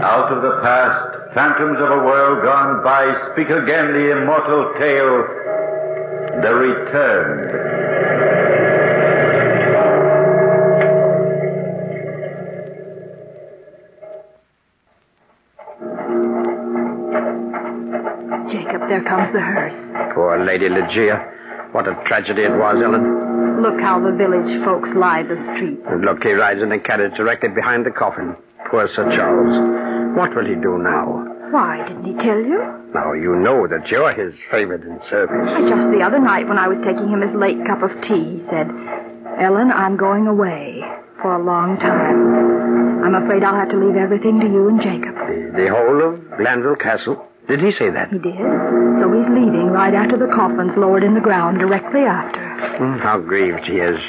Out of the past, phantoms of a world gone by, speak again the immortal tale, The Returned. Jacob, there comes the hearse. Poor Lady Ligia. What a tragedy it was, Ellen. Look how the village folks lie the street. And look, he rides in a carriage directly behind the coffin. Poor Sir Charles. What will he do now? Why, didn't he tell you? Now, you know that you're his favorite in service. Why, Just the other night when I was taking him his late cup of tea, he said, Ellen, I'm going away for a long time. I'm afraid I'll have to leave everything to you and Jacob. The, the whole of Glanville Castle. Did he say that? He did. So he's leaving right after the coffin's lowered in the ground directly after. Mm, how grieved he is.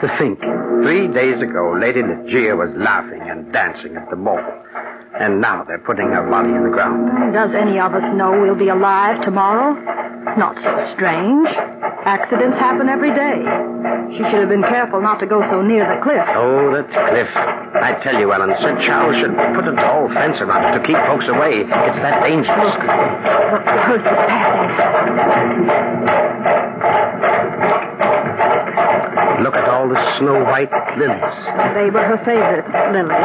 To think, three days ago, Lady Ligia was laughing and dancing at the ball. And now they're putting her body in the ground. Does any of us know we'll be alive tomorrow? It's Not so strange. Accidents happen every day. She should have been careful not to go so near the cliff. Oh, that cliff. I tell you, Ellen, Sir Charles should put a tall fence around it to keep folks away. It's that dangerous. Look, the hearse is passing. Look at all the snow white lilies. They were her favorites, lilies.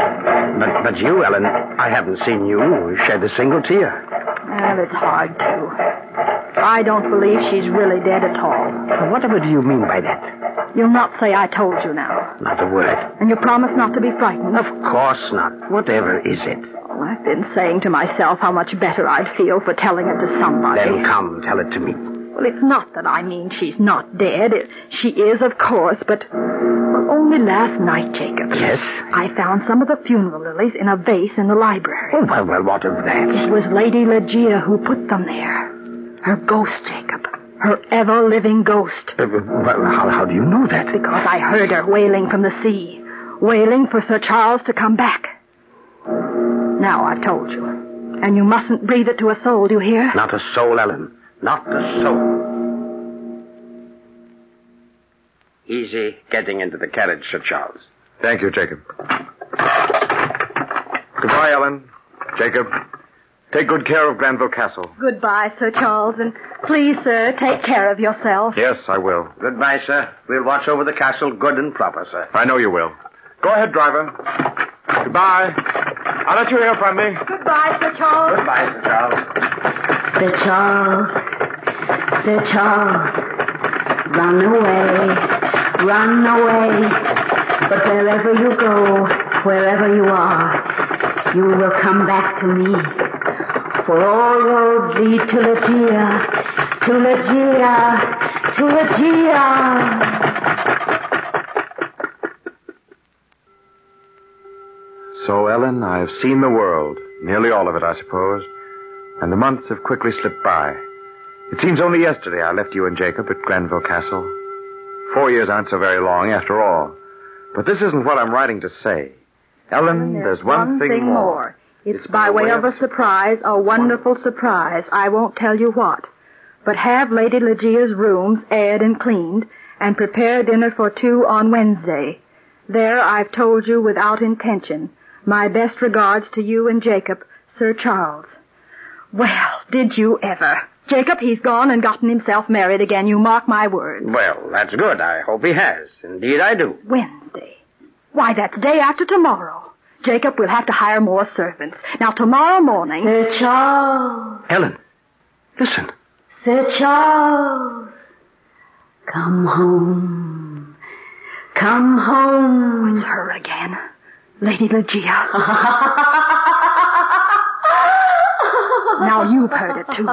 But, but you, Ellen, I haven't seen you shed a single tear. Well, it's hard to. I don't believe she's really dead at all. Whatever do you mean by that? You'll not say I told you now. Not a word. And you promise not to be frightened. Of course not. Whatever is it? Oh, I've been saying to myself how much better I'd feel for telling it to somebody. Then come, tell it to me. Well, it's not that I mean she's not dead. It, she is, of course, but well, only last night, Jacob. Yes? I found some of the funeral lilies in a vase in the library. Oh, well, well, what of It that? was Lady Legia who put them there. Her ghost, Jacob. Her ever living ghost. Uh, Well, how, how do you know that? Because I heard her wailing from the sea, wailing for Sir Charles to come back. Now I've told you. And you mustn't breathe it to a soul, do you hear? Not a soul, Ellen. Not a soul. Easy getting into the carriage, Sir Charles. Thank you, Jacob. Goodbye, Ellen. Jacob, take good care of Glanville Castle. Goodbye, Sir Charles, and please, sir, take care of yourself. Yes, I will. Goodbye, sir. We'll watch over the castle good and proper, sir. I know you will. Go ahead, driver. Goodbye. I'll let you hear from me. Goodbye, Sir Charles. Goodbye, Sir Charles. Sir Charles, Sir Charles, run away, run away. But wherever you go, wherever you are, you will come back to me. For all roads lead to Latia, to Latia, to Latia. So, Ellen, I have seen the world, nearly all of it, I suppose, and the months have quickly slipped by. It seems only yesterday I left you and Jacob at Glenville Castle. Four years aren't so very long, after all. But this isn't what I'm writing to say. Ellen, there's one, thing, more. It's, by way of a surprise, a wonderful surprise. I won't tell you what. But have Lady Legia's rooms aired and cleaned, and prepare dinner for two on Wednesday. There I've told you without intention. My best regards to you and Jacob, Sir Charles. Well, did you ever? Jacob, he's gone and gotten himself married again. You mark my words. Well, that's good. I hope he has. Indeed, I do. Wednesday. Why, that's day after tomorrow. Jacob, we'll have to hire more servants. Now, tomorrow morning. Sir Charles, Ellen, listen. Sir Charles, come home, come home. It's her again. Lady Legia. now you've heard it, too.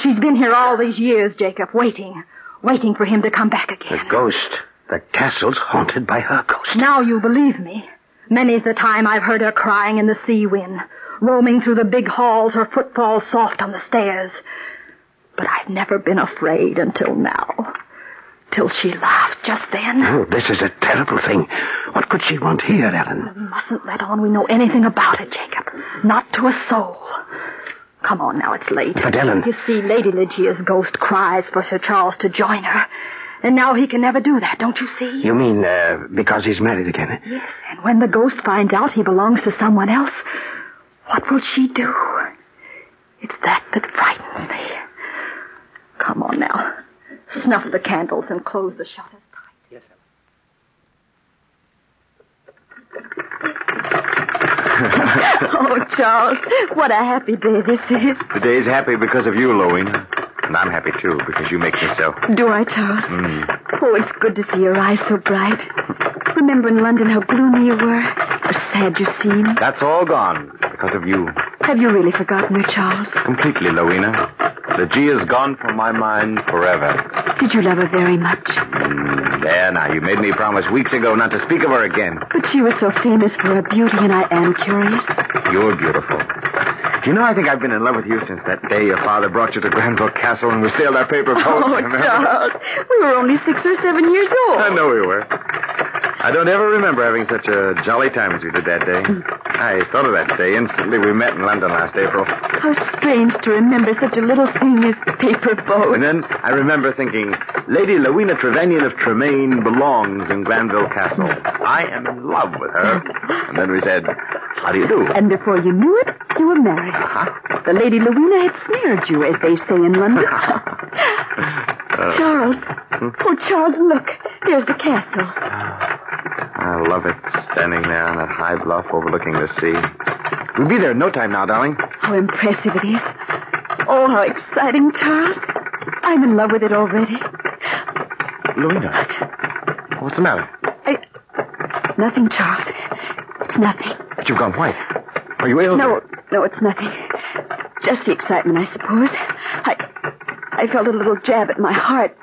She's been here all these years, Jacob, waiting. Waiting for him to come back The again. ghost. The castle's haunted by her ghost. Now you believe me. Many's the time I've heard her crying in the sea wind, roaming through the big halls, her footfalls soft on the stairs. But I've never been afraid until now. Till she laughed just then. Oh, this is a terrible thing. What could she want here, We Ellen? mustn't let on we know anything about it, Jacob. Not to a soul. Come on now, it's late. But, Ellen- You see, Lady Lygia's ghost cries for Sir Charles to join her. And now he can never do that, don't you see? You mean uh, because he's married again? Yes, and when the ghost finds out he belongs to someone else, what What will she do? It's that that frightens me. Come on now. Snuff the candles and close the shutters tight. Yes, sir. Oh, Charles, what a happy day this is. The day's happy because of you, Lowena. And I'm happy, too, because you make me so. Do I, Charles? Mm. Oh, it's good to see your eyes so bright. Remember in London how gloomy you were? How sad you seemed? That's all gone because of you. Have you really forgotten her, Charles? Completely, Lowena. The G is gone from my mind forever. Did you love her very much? Mm, there, now, you made me promise weeks ago not to speak of her again. But she was so famous for her beauty, and I am curious. You're beautiful. Do you know, I think I've been in love with you since that day your father brought you to Granville Castle and we sailed our paper boats. Oh, remember? Charles, we were only six or seven years old. I know we were. I don't ever remember having such a jolly time as we did that day. I thought of that day instantly we met in London last April. How strange to remember such a little thing as paper boat. And then I remember thinking, Lady Lowena Trevanion of Tremaine belongs in Granville Castle. I am in love with her. And then we said, How do you do? And before you knew it, you were married. The Lady Louina had snared you, as they say in London. Charles. Oh, Charles, look. There's the castle. I love it, standing there on that high bluff overlooking the sea. We'll be there in no time now, darling. How impressive it is. Oh, how exciting, Charles. I'm in love with it already. Lowena, what's the matter? I... Nothing, Charles. It's nothing. But you've gone white. Are you ill? No, no, it's nothing. Just the excitement, I suppose. I, I felt a little jab at my heart,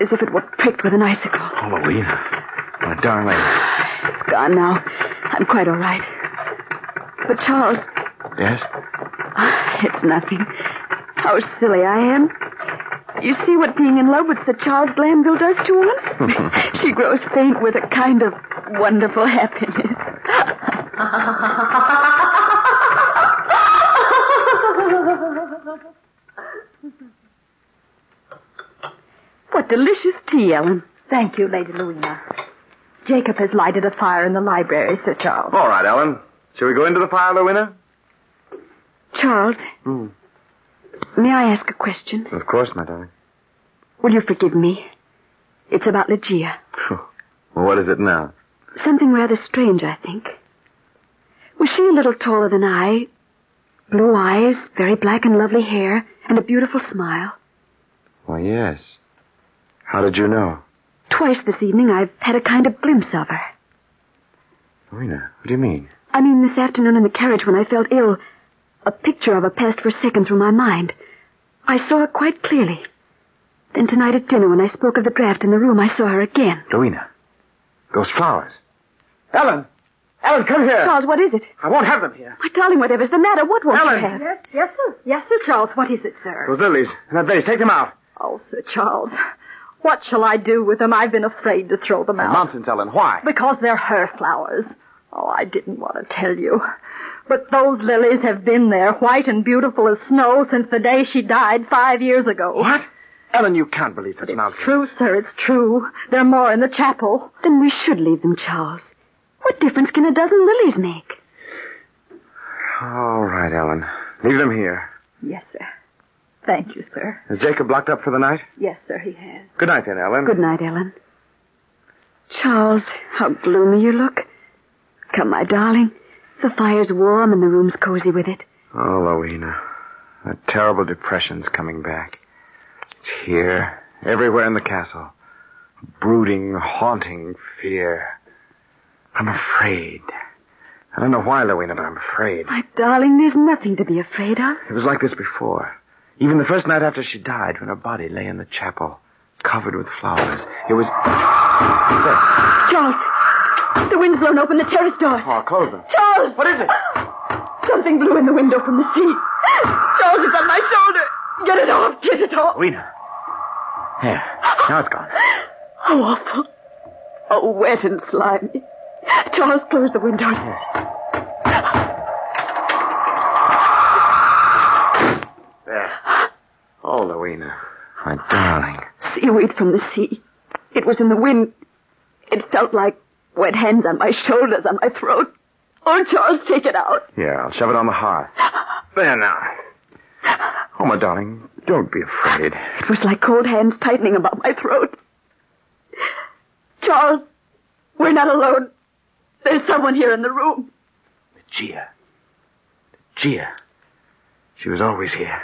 as if it were pricked with an icicle. Oh, Lowena. My darling. It's gone now. I'm quite all right. But Charles, Yes? it's nothing. How silly I am. You see what being in love with Sir Charles Glanville does to one? she grows faint with a kind of wonderful happiness. what delicious tea, Ellen. Thank you, Lady Louina. Jacob has lighted a fire in the library, Sir Charles. All right, Ellen. Shall we go into the fire, Lowena? Charles, may I ask a question? Hmm. Of course, my darling. Will you forgive me? It's about Ligia. Well, what is it now? Something rather strange, I think. Was she a little taller than I? Blue eyes, very black and lovely hair, and a beautiful smile. Why, yes. How did you know? Twice this evening I've had a kind of glimpse of her. Lowena, what do you mean? I mean, this afternoon in the carriage when I felt ill, a picture of her passed for a second through my mind. I saw her quite clearly. Then tonight at dinner when I spoke of the draft in the room, I saw her again. Lowena, those flowers. Ellen! Ellen, come here! Charles, what is it? I won't have them here. My darling, whatever's the matter? What won't Ellen. you have? Yes, yes, sir. Yes, Sir Charles. What is it, sir? Those lilies in that vase, take them out. Oh, Sir Charles. What shall I do with them? I've been afraid to throw them out. Nonsense, Ellen. Why? Because they're her flowers. Oh, I didn't want to tell you. But those lilies have been there, white and beautiful as snow, since the day she died five years ago. What? Ellen, you can't believe such It's nonsense. true, sir, it's true. There are more in the chapel. Then we should leave them, Charles. What difference can a dozen lilies make? All right, Ellen. Leave them here. Yes, sir. Thank you, sir. Is Jacob locked up for the night? Yes, sir, he has. Good night, then, Ellen. Good night, Ellen. Charles, how gloomy you look. Come, my darling. The fire's warm and the room's cozy with it. Oh, Lowena. That terrible depression's coming back. It's here, everywhere in the castle. Brooding, haunting fear. I'm afraid. I don't know why, Lowena, but I'm afraid. My darling, there's nothing to be afraid of. It was like this before. Even the first night after she died, when her body lay in the chapel, covered with flowers. It was. There. Charles, the wind's blown open the terrace doors. Oh, close them. Charles! What is it? Something blew in the window from the sea. Charles, it's on my shoulder. Get it off, get it off. Lowena. There. Now it's gone. How awful. Oh, wet and slimy. Charles, close the window. There. Oh, Lowena. My darling. seaweed from the sea. It was in the wind. It felt like wet hands on my shoulders, on my throat. Oh, Charles, take it out. Yeah, I'll shove it on the hearth. There now. Oh, my darling, don't be afraid. It was like cold hands tightening about my throat. Charles, we're not alone. There's someone here in the room. Gia. Gia. She was always here.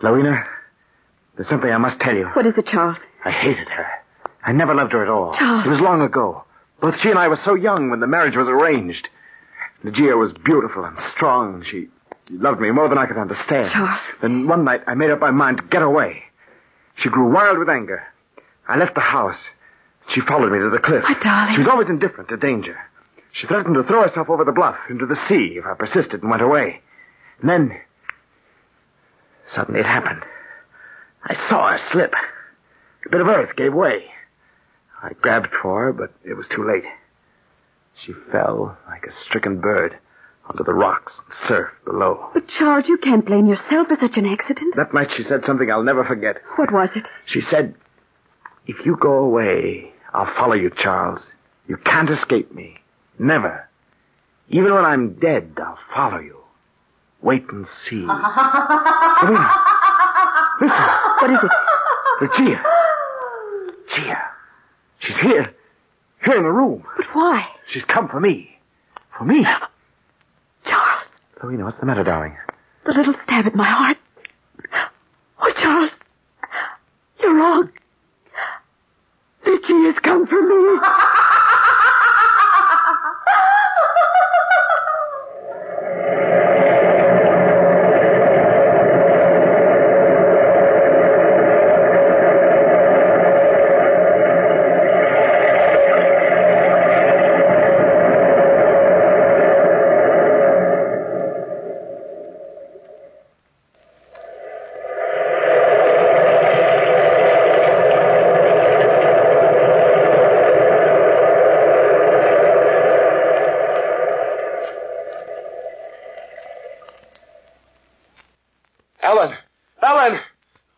Lorena, there's something I must tell you. What is it, Charles? I hated her. I never loved her at all. Charles. It was long ago. Both she and I were so young when the marriage was arranged. Gia was beautiful and strong. She loved me more than I could understand. Charles. Then one night I made up my mind to get away. She grew wild with anger. I left the house. She followed me to the cliff. My darling. She was always indifferent to danger. She threatened to throw herself over the bluff into the sea if I persisted and went away. And then, suddenly it happened. I saw her slip. A bit of earth gave way. I grabbed for her, but it was too late. She fell like a stricken bird onto the rocks and surf below. But, Charles, you can't blame yourself for such an accident. That night she said something I'll never forget. What was it? She said, If you go away, I'll follow you, Charles. You can't escape me. Never. Even when I'm dead, I'll follow you. Wait and see. Lorena, listen. What is it? But Gia. Gia. She's here. Here in the room. But why? She's come for me. For me. Charles, Lorena, what's the matter, darling? the little stab at my heart. Oh, Charles, you're wrong. Lucia has come for me. Ellen! Ellen!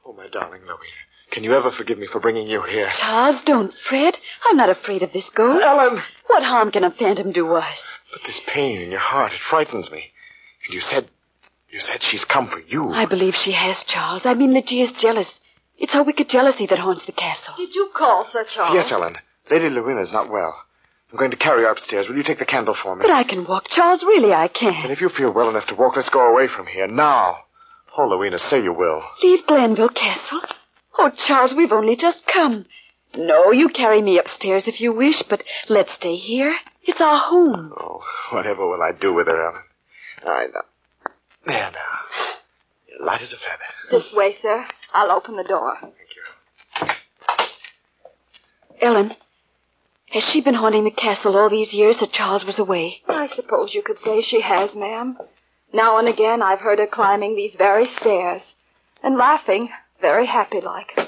Oh, my darling Louie, can you ever forgive me for bringing you here? Charles, don't fret. I'm not afraid of this ghost. Ellen! What harm can a phantom do us? But this pain in your heart, it frightens me. And you said, you said she's come for you. I believe she has, Charles. I mean, Lucia's jealous. It's her wicked jealousy that haunts the castle. Did you call Sir Charles? Yes, Ellen. Lady Lorena's not well. I'm going to carry her upstairs. Will you take the candle for me? But I can walk, Charles. Really, I And can. if you feel well enough to walk, let's go away from here now. Oh, Lorena, say you will. Leave Glenville Castle? Oh, Charles, we've only just come. No, you carry me upstairs if you wish, but let's stay here. It's our home. Oh, whatever will I do with her, Ellen? All right, now. There now. You're Light as a feather. This way, sir. I'll open the door. Thank you. Ellen, has she been haunting the castle all these years that Charles was away? I suppose you could say she has, ma'am. Now and again I've heard her climbing these very stairs and laughing, very happy like.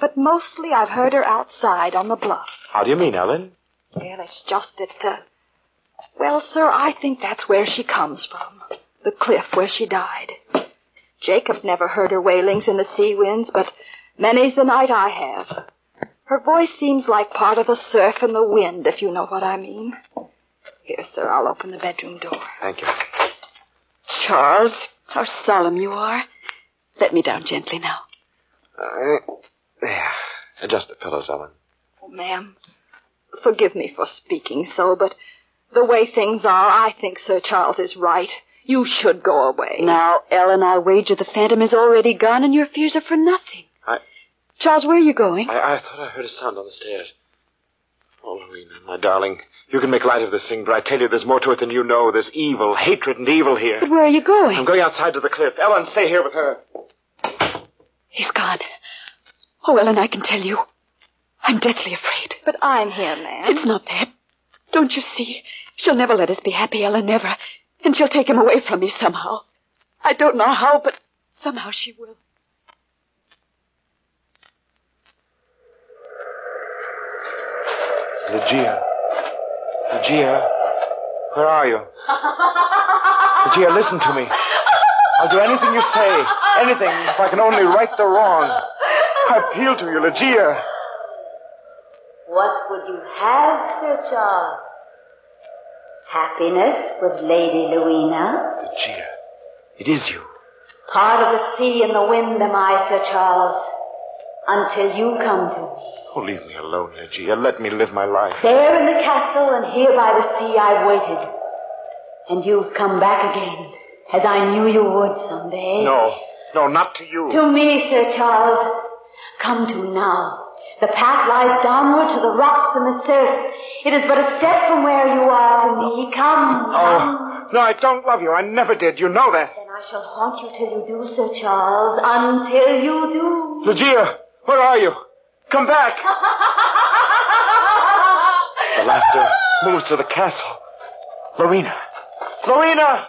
But mostly I've heard her outside on the bluff. How do you mean, Ellen? Well, it's just that, uh, well, sir, I think that's where she comes from. The cliff where she died. Jacob never heard her wailings in the sea winds, but many's the night I have. Her voice seems like part of the surf and the wind, if you know what I mean. Here, sir, I'll open the bedroom door. Thank you. Charles, how solemn you are. Let me down gently now. Uh, there. Adjust the pillows, Ellen. Oh, ma'am, forgive me for speaking so, but the way things are, I think Sir Charles is right. You should go away. Now, Ellen, I'll wager the phantom is already gone and your fears are for nothing. I- Charles, where are you going? I, I thought I heard a sound on the stairs. Oh, Lorena, my darling, you can make light of this thing, but I tell you, there's more to it than you know. There's evil, hatred, and evil here. But where are you going? I'm going outside to the cliff. Ellen, stay here with her. He's gone. Oh, Ellen, I can tell you. I'm deathly afraid. But I'm here, ma'am. It's not that. Don't you see? She'll never let us be happy, Ellen, never. And she'll take him away from me somehow. I don't know how, but somehow she will. Lucia. Lucia. Where are you? Lucia, listen to me. I'll do anything you say. Anything, if I can only right the wrong. I appeal to you, Lucia. What would you have, Sir Charles? Happiness with Lady Louina. Lucia, it is you. Part of the sea and the wind am I, Sir Charles, until you come to me. Oh, leave me alone, Lucia. Let me live my life. There in the castle and here by the sea I waited. And you've come back again, as I knew you would someday. No, no, not to you. To me, Sir Charles. Come to me now. The path lies downward to the rocks and the surf. It is but a step from where you are to me. Come, come. Oh, no, I don't love you. I never did. You know that. Then I shall haunt you till you do, Sir Charles. Until you do. Lucia, where are you? Come back. the laughter moves to the castle. Lorena. Lorena!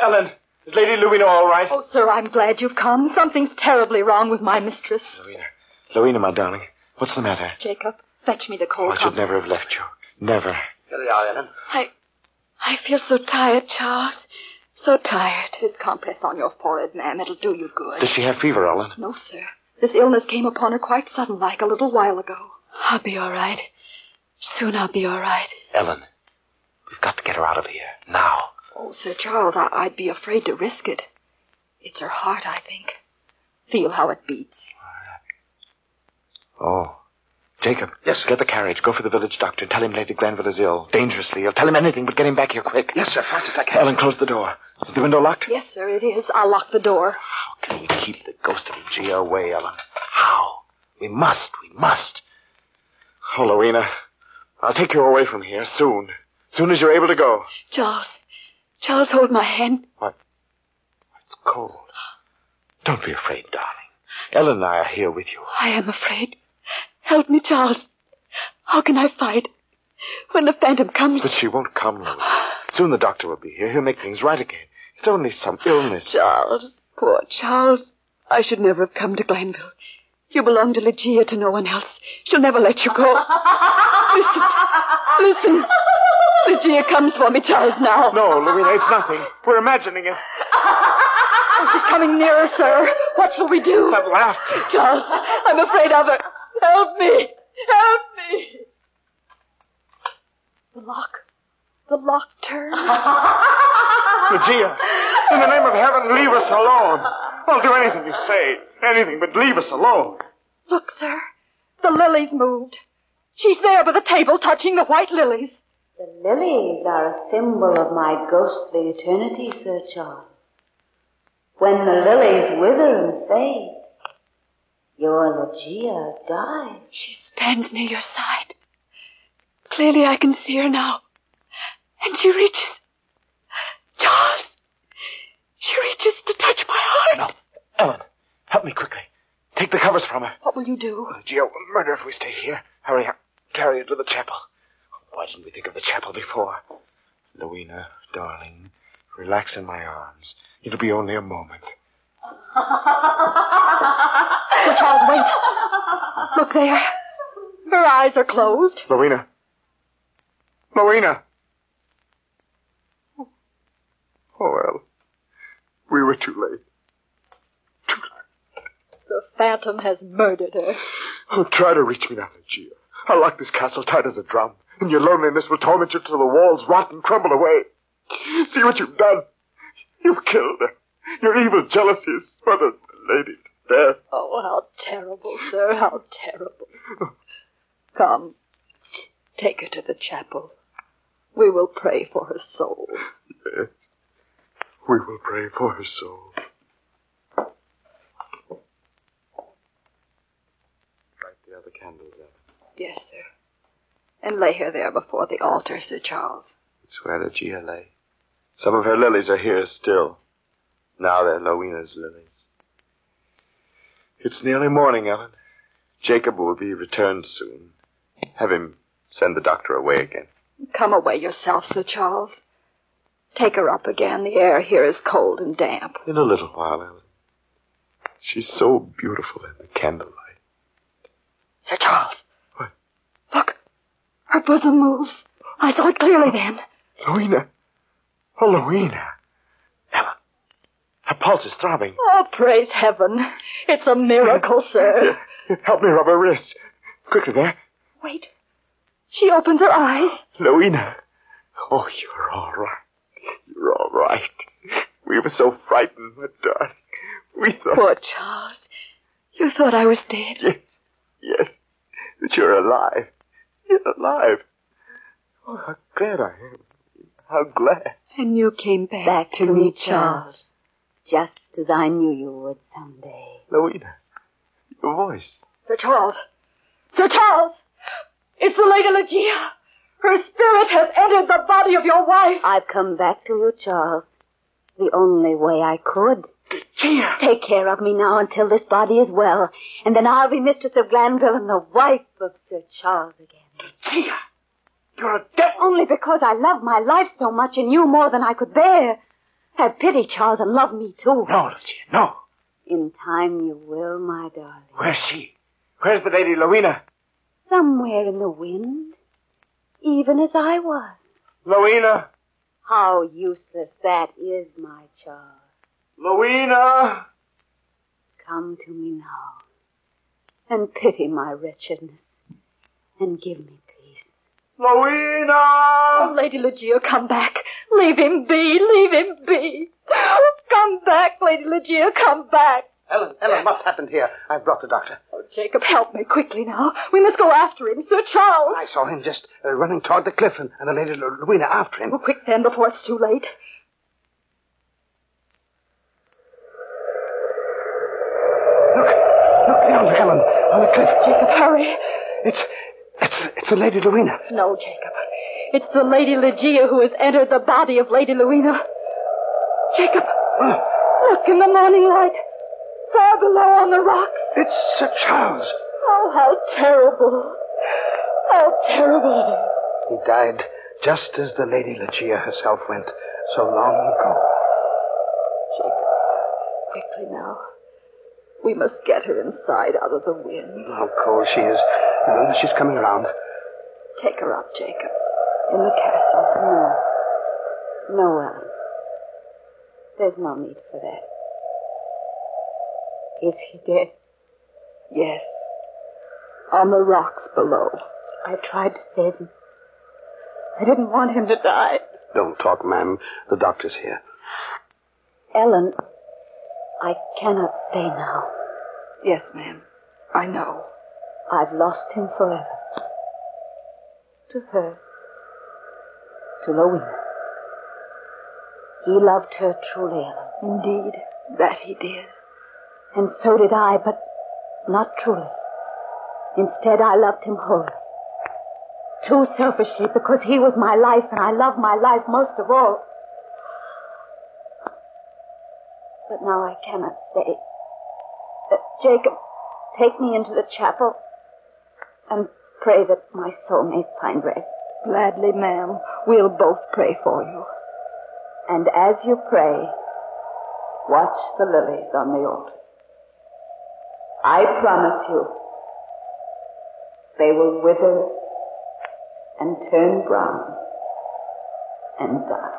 Ellen, is Lady Louina all right? Oh, sir, I'm glad you've come. Something's terribly wrong with my mistress. Lorena, Lorena, my darling, what's the matter? Jacob, fetch me the cold I should cup. never have left you. Never. Here we are, Ellen. I, I feel so tired, Charles. So tired. This compress on your forehead, ma'am, it'll do you good. Does she have fever, Ellen? No, sir. This illness came upon her quite sudden, like a little while ago. I'll be all right. Soon I'll be all right. Ellen, we've got to get her out of here. Now. Oh, Sir Charles, I- I'd be afraid to risk it. It's her heart, I think. Feel how it beats. Oh. Jacob. Yes, Get the carriage. Go for the village doctor. Tell him Lady Glanville is ill. Dangerously ill. Tell him anything, but get him back here quick. Yes, sir, fast as I can. Ellen, close the door. Is the window locked? Yes, sir, it is. I'll lock the door. How can we keep the ghost of Gia away, Ellen? How? We must. We must. Oh, Lorena, I'll take you away from here soon. Soon as you're able to go. Charles. Charles, hold my hand. It's cold. Don't be afraid, darling. Ellen and I are here with you. I am afraid. Help me, Charles. How can I fight? When the phantom comes, But she won't come, Lorena. Soon the doctor will be here. He'll make things right again. It's only some illness. Charles, poor Charles. I should never have come to Glanville. You belong to Ligia, to no one else. She'll never let you go. Listen, listen. Ligia comes for me, Charles, now. No, Lorena, it's nothing. We're imagining it. Oh, she's coming nearer, sir. What shall we do? I've laughed. Charles, I'm afraid of her. Help me. Help me. The lock. The lock turned. Lucia, in the name of heaven, leave us alone. I'll do anything you say. Anything but leave us alone. Look, sir. The lilies moved. She's there by the table touching the white lilies. The lilies are a symbol of my ghostly eternity, Sir Charles. When the lilies wither and fade, your Ligia dies. She stands near your side. Clearly I can see her now. And she reaches. Charles! She reaches to touch my heart. No. Ellen, help me quickly. Take the covers from her. What will you do? Lucia will Oh, murder if we stay here. Hurry up. Carry her to the chapel. Why didn't we think of the chapel before? Louina, darling, relax in my arms. It'll be only a moment. Sir Charles, wait. Look there. Her eyes are closed. Lorena. Lorena. Oh, well. We were too late. The phantom has murdered her. Oh, try to reach me now, Lucia. I'll lock this castle tight as a drum, and your loneliness will torment you till the walls rot and crumble away. See what you've done. You've killed her. Your evil jealousy has smothered the lady to death. Oh, how terrible, sir, how terrible. Come, take her to the chapel. We will pray for her soul. Yes. We will pray for her soul. Light the other candles out. Yes, sir. And lay her there before the altar, Sir Charles. It's where the GLA. Some of her lilies are here still. Now they're Lowena's lilies. It's nearly morning, Ellen. Jacob will be returned soon. Have him send the doctor away again. Come away yourself, Sir Charles. Take her up again. The air here is cold and damp. In a little while, Ellen. She's so beautiful in the candlelight. Sir Charles. What? Look. Her bosom moves. I saw it clearly then. Lowena! Oh, Lowena! Ellen, Her pulse is throbbing. Oh, praise heaven. It's a miracle, sir. Help me rub her wrists. Quickly there. Wait. She opens her eyes. Louina. Oh, you're all right. You're all right. We were so frightened, my darling. We thought. Poor Charles. You thought I was dead. Yes. Yes. That you're alive. You're alive. Oh, how glad I am. How glad. And you came back, Back to me, Charles. Just as I knew you would someday. Louina. Your voice. Sir Charles. Sir Charles! It's the Lady Legia. Her spirit has entered the body of your wife. I've come back to you, Charles. The only way I could. Gia! Take care of me now until this body is well, and then I'll be mistress of Glanville and the wife of Sir Charles again. Gia! You're a dead Only because I love my life so much and you more than I could bear. Have pity, Charles, and love me too. No, Lucia, no. In time you will, my darling. Where's she? Where's the Lady Louina? Somewhere in the wind, even as I was. Louina! How useless that is, my Charles. Louina! Come to me now, and pity my wretchedness, and give me peace. Oh, Louina! Lady Legia, come back. Leave him be. Leave him be. Come back, Lady Legia. Come back. Ellen, Ellen, what's happened here? I've brought the doctor. Oh, Jacob, help me quickly now. We must go after him. Sir Charles. I saw him just uh, running toward the cliff and, and the Lady Louina after him. Well, quick then, before it's too late. Look yonder, Ellen, on the cliff. Jacob, hurry. It's, it's, it's the Lady Louina. No, Jacob. It's the Lady Legia who has entered the body of Lady Louina. Jacob, Oh, look in the morning light. Far below on the rocks. It's Sir Charles. Oh, how terrible. How terrible it is. He died just as the Lady Lucia herself went so long ago. Quickly now. We must get her inside out of the wind. How cold she is. Ellen, she's coming around. Take her up, Jacob. In the castle. No, Ellen. There's no need for that. Is he dead? Yes. On the rocks below. I tried to save him. I didn't want him to die. Don't talk, ma'am. The doctor's here. Ellen, I cannot stay now. Yes, ma'am. I know. I've lost him forever. To her. To Louisa. He loved her truly, Ellen. Indeed. That he did. And so did I, but not truly. Instead, I loved him wholly. Too selfishly, because he was my life, and I loved my life most of all. But now I cannot stay. Uh, Jacob, take me into the chapel and pray that my soul may find rest. Gladly, ma'am. We'll both pray for you. And as you pray, watch the lilies on the altar. I promise you, they will wither and turn brown and die.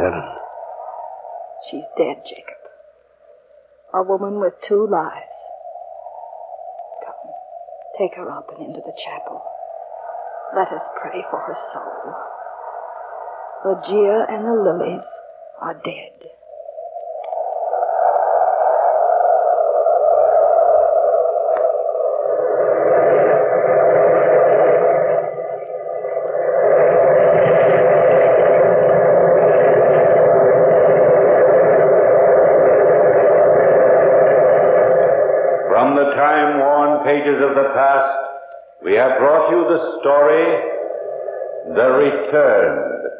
Ellen, She's dead, Jacob. A woman with two lives. Come, take her up and into the chapel. Let us pray for her soul. Legia and the lilies are dead. From the time worn pages of the past, we have brought you the story The Returned.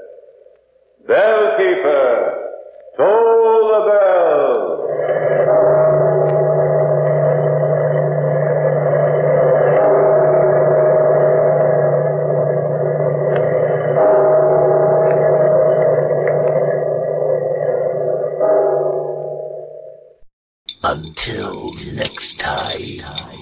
Bellkeeper, toll the bell. Until next time.